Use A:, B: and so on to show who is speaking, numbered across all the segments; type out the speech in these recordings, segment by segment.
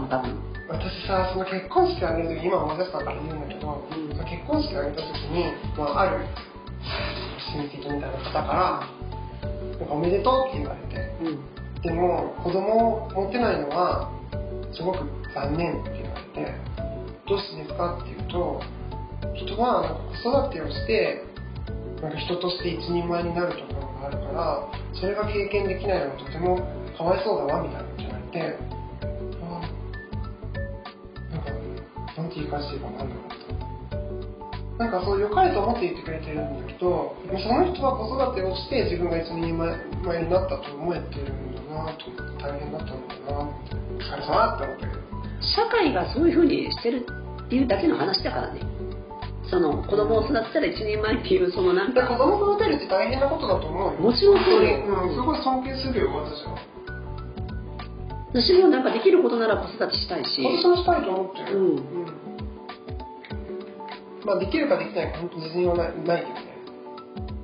A: のために。
B: 私さその結婚式を挙げる時今思い出したから言うんだけど、
A: うん
B: その結婚式を挙げた時に、まあ、ある親戚みたいな方から「なんかおめでとう」って言われて
A: うん。
B: でも子供を持てないのはすごく残念って言われてどうしてですかっていうと人はなんか子育てをしてなんか人として一人前になるところがあるからそれが経験できないのはとてもかわいそうだわみたいなこと言われてああなんかなんて言い返していいか分かんなかった。なんかそう良かれと思って言ってくれてるんだけどその人は子育てをして自分が一人前前になったと思えてるんだなと思って大変だったんだなってお疲れ様って思ったけど
A: 社会がそういうふうにしてるっていうだけの話だからねその子供を育てたら一人前っていうそのなん
B: で子
A: か
B: 供育てるって大変なことだと思うよ
A: もちろんそうよ
B: うん、すごい尊敬するよ私は
A: 私もなんかできることなら子育てしたいし
B: 私もしたいと思ってる
A: うん
B: んまあできるかできないか本当自信はないないけどね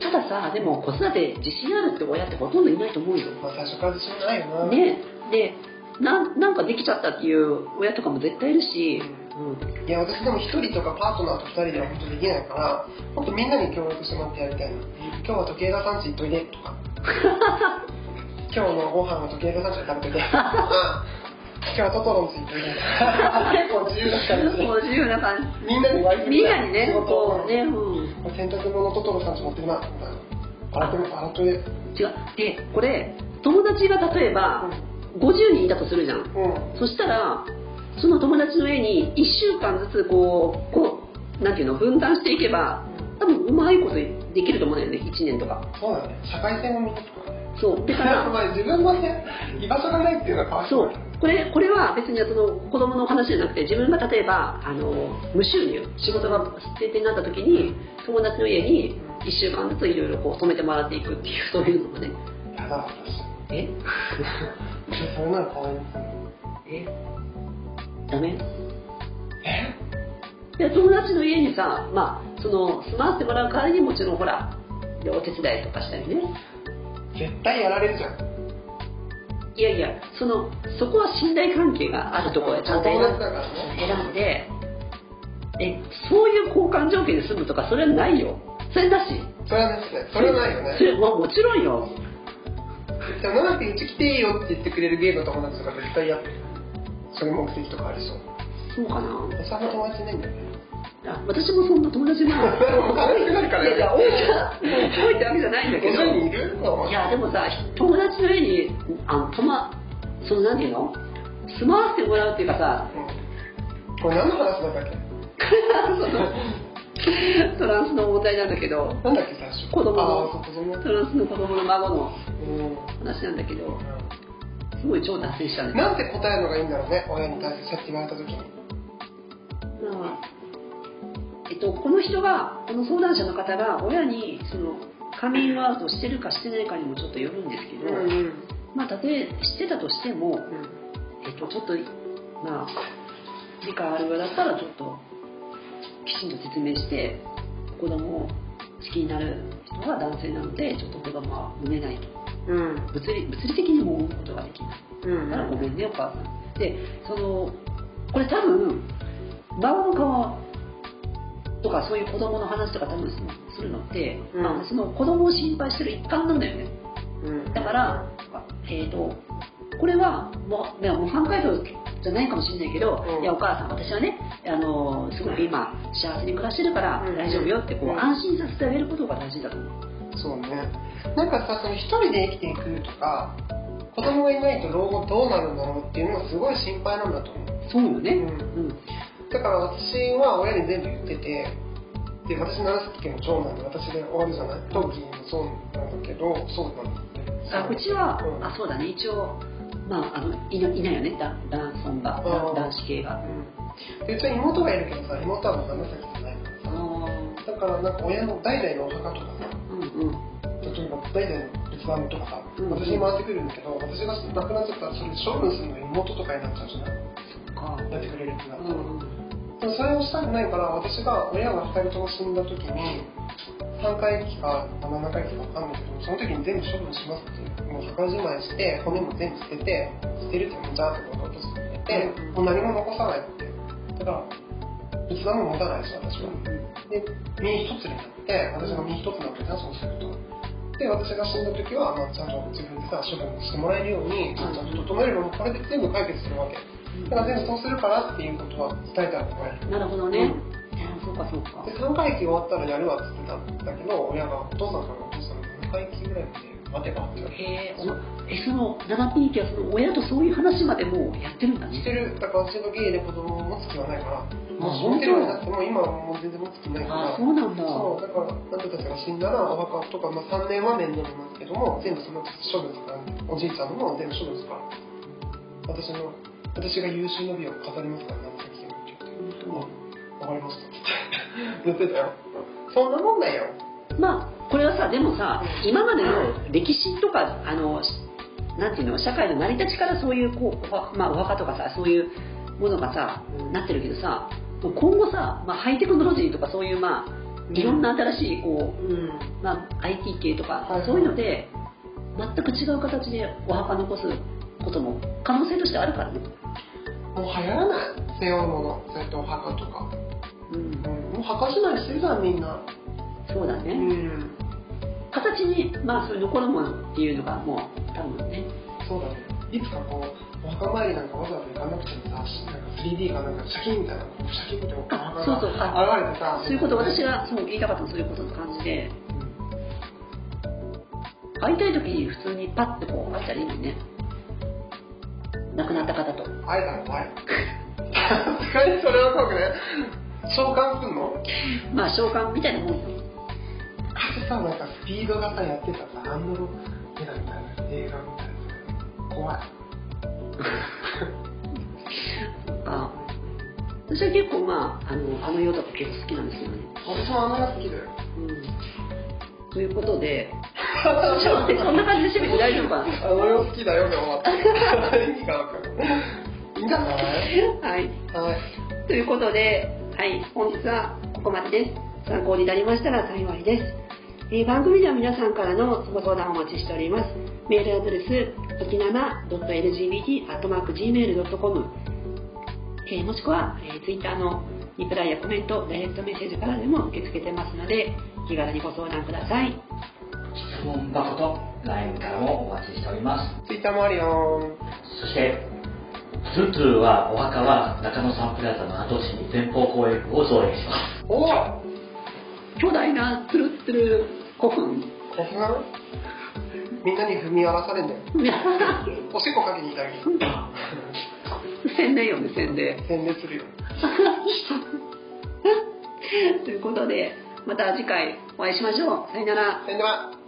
A: たださでも子育て自信あるって親ってほとんどいないと思うよ
B: まあ最初から自信はないよな
A: ねでなんなんかできちゃったっていう親とかも絶対いるし、
B: いや私でも一人とかパートナーと二人では本当できないから本当みんなに協力してもらってやりたいの今日は時計が産地行っといでとか今日のご飯は時計が産地で食べといでうん今日はトトロンチ行っと いで結構自由な感じで
A: もう自由な感
B: みんなに割り
A: じみん
B: 振りた
A: ないにね
B: 仕事
A: こう
B: を
A: ね、うん、
B: 洗濯物トトロさんち持ってるなみたいな洗っても洗っといで
A: 違うでこれ友達が例えば50人いたとするじゃん
B: うん
A: そしたらその友達の家に1週間ずつこうこうなんていうの分断していけば多分うまいことできると思うんだよね1年とか
B: そうだね社会性も身につくからね
A: そうだか
B: ま
A: ら
B: あ自分もね居場所がないっていうのはかわい
A: そ
B: そううだね
A: これこれは別にその子供の話じゃなくて自分が例えばあの無収入仕事が捨ててになった時に友達の家に1週間ずついろいろこう止めてもらっていくっていうそういうのもね
B: やだ私
A: え
B: それならかわいい
A: えダメ
B: え
A: で友達の家にさ、まあ、その住まわせてもらう代わりにもちろんほらでお手伝いとかしたりね
B: 絶対やられるじゃん
A: いやいやそのそこは信頼関係があるところでちゃんと選
B: 友達
A: ん
B: だからね
A: 選んでえそういう交換条件で住むとかそれはないよそれだし
B: それはなしねそれはないよ
A: そ
B: ね
A: れはもちろんよ
B: じゃあ奈良くんうち来ていいよって言ってくれるゲイの友達とか絶対やってるそれ目的とかありそう
A: そうかな
B: 私あんま友達いないんだよね
A: あ私もそんな友達いない
B: でも友達いないからね
A: いやいや多いから多いってわけじゃないんだけど
B: 50人いるの
A: いやでもさ友達の家にあのとまその何ていうの住まわせてもらうっていうかさ
B: うんこれ何の話だったっけ
A: そのトランスの問題なんだけど
B: なんだっけ最初
A: 子供
B: ああそ
A: の
B: う子供
A: トランスの子供の孫の
B: う
A: 話なんだけどすごい超脱線した
B: ん
A: ね
B: なんて答えるのがいいんだろうね親に対してそうやって言われた時に
A: まあえっと、この人がこの相談者の方が親にそのカミングアウトしてるかしてないかにもちょっとよるんですけど、
B: ん
A: まあたとえしてたとしても、えっと、ちょっと、まあ、理解あるようだったら、ちょっと、きちんと説明して、子供を好きになる人は男性なので、ちょっと子供は産めないと。
B: うん
A: 物理物理的にも産むことができない。
B: うん
A: だからごめんね、お母さん。で、その、これ多分、孫の顔とかそういう子供の話とか多分するのって、
B: うん
A: まあ、その子供を心配してる一環なんだよね。
B: うん
A: だから、えー、とこれはもういや模範解答じゃないかもしれないけど、
B: うん
A: いやお母さん私はねあのすごく今幸せに暮らしてるから
B: うん
A: 大丈夫よってこう、
B: うん
A: 安心させてあげることが大事だと思う、
B: そうね。なんかさ、その一人で生きていくとか、子供がいないと老後どうなるんだろうっていうのがすごい心配なんだと思う。
A: そうよね、
B: うん
A: うん
B: だから私は親に全部言ってて、で、私、長崎県の長男で私で終わるじゃない冬季もそうなんだけど、そうなんだって。
A: あうちは、
B: うん
A: あそうだね一応まああのいないないよねだ男尊が
B: うん
A: 男子系が
B: うん。で、うちは妹がいるけどさ、妹はもう長崎じゃないか
A: あ
B: ら
A: ー
B: さ。だからなんか親の代々のお墓とかさ、
A: うんうん
B: 例えば代々の仏壇とかさ、
A: うん
B: 私に回ってくるんだけど、私が亡くなっちゃったらそれ処分するのに妹とかになっちゃうじゃない
A: そっか
B: やってくれるってなっ
A: う
B: たら、
A: ん
B: でもそれをしたくないから私が親が2人とも死んだ時に3回忌か7回忌か分かんないけどその時に全部処分しますっていうもう墓じまいして骨も全部捨てて捨てるってもうじゃあってことを落とすって、
A: うん
B: もう何も残さないってただ仏壇も持たないし私はで身一つになって私が身一つになってたそうするとで私が死んだ時は、まあ、ちゃんと自分でさ処分してもらえるように、ちゃんと整えればもうこれで全部解決するわけだから全部そうするからっていうことは伝えてあげない
A: なるほど
B: う
A: ね
B: ん。
A: あそうかそうか。
B: で3回忌終わったらやるわって言ってたんだけど親がお父さんからお父さん4回忌ぐらいまで待てばって言われて
A: へえ、そのえその七ピーキはその親とそういう話までもうやってるんだ
B: して
A: ね。
B: るだからうちの家で子供を持つ気はないからもう
A: 本当
B: 持てるようになっても今はもう全然持つ気ないか
A: あ
B: ら
A: あそうなんだ。
B: そうだからあなたたちが死んだらお墓とか、まあ、3年は面倒なんですけども全部その処分とかおじいちゃんのも全部処分するから私の私が優秀の美を飾りますからなんて言って言って
A: 本
B: 分かり ましたって言って言ってたよそんなもんだよ
A: 当まあこれはさでもさ
B: う
A: 今までの歴史とかあのしなんていうの社会の成り立ちからそういうこうおはまあお墓とかさそういうものがさ
B: うん
A: なってるけどさもう今後さまあハイテクノロジーとかそういうまあいろんな新しいこう
B: うん
A: まあ、IT 系とか、
B: はい
A: そういうので全く違う形でお墓残すことも可能性としてあるからね、
B: もう流行らない背負うものそうやってお墓とか、
A: うん
B: う、ん、もう墓じまいしてるじゃんみんな
A: そうだ
B: う
A: ね、
B: ん
A: 形に、まあ、そういう残るものっていうのがもう多分ね
B: そうだねいつかこうお墓参りなんかわざわざ行かなくてもさなんか 3D かなんかシャキンみたいなこうシャキンってお墓
A: あそうそう
B: が現れてさ
A: そういうこと私
B: が
A: がそう言いたかったのはそういうことの感じで会いたい時に普通にパッてこう会ったらいいのにね亡くなった方と
B: 会えたら怖いさすがにそれは怖くね召喚すんの
A: まあ召喚みたいなもんよ
B: 昔さなんかスピードがさやってたさアンドロメダみたいな映画みたいな怖い
A: とか私は結構まああのあの世とか結構好きなんですよね、
B: 私もあのやつ好きだよ
A: うん、ということでちょっと待ってそんな感じで締めて大丈夫かな
B: あの世好きだよで終わった意味が分かるいいんじゃない
A: はい
B: はい
A: ということで、はい、本日はここまでです。参考になりましたら幸いです。えー番組では皆さんからのご相談をお待ちしております。メールアドレス、沖縄 .lgbt.gmail.com、えーもしくは、えー、Twitter のリプライやコメント、ダイレクトメッセージからでも受け付けてますので、気軽にご相談ください。
C: 質問箱と LINE からもお待ちしております
B: ツイッターもあるよ
C: そしてトゥントゥはお墓は中野サンプラザの跡地に前方後円墳を造営します
B: おお
A: 巨大なツルッツル古 墳。
B: 古墳みんなに踏み荒らされんだよおしっこかけに行ったらいい
A: 宣伝よね、宣伝。
B: 宣伝するよ
A: ということでまた次回お会いしましょうさよなら
B: 宣伝は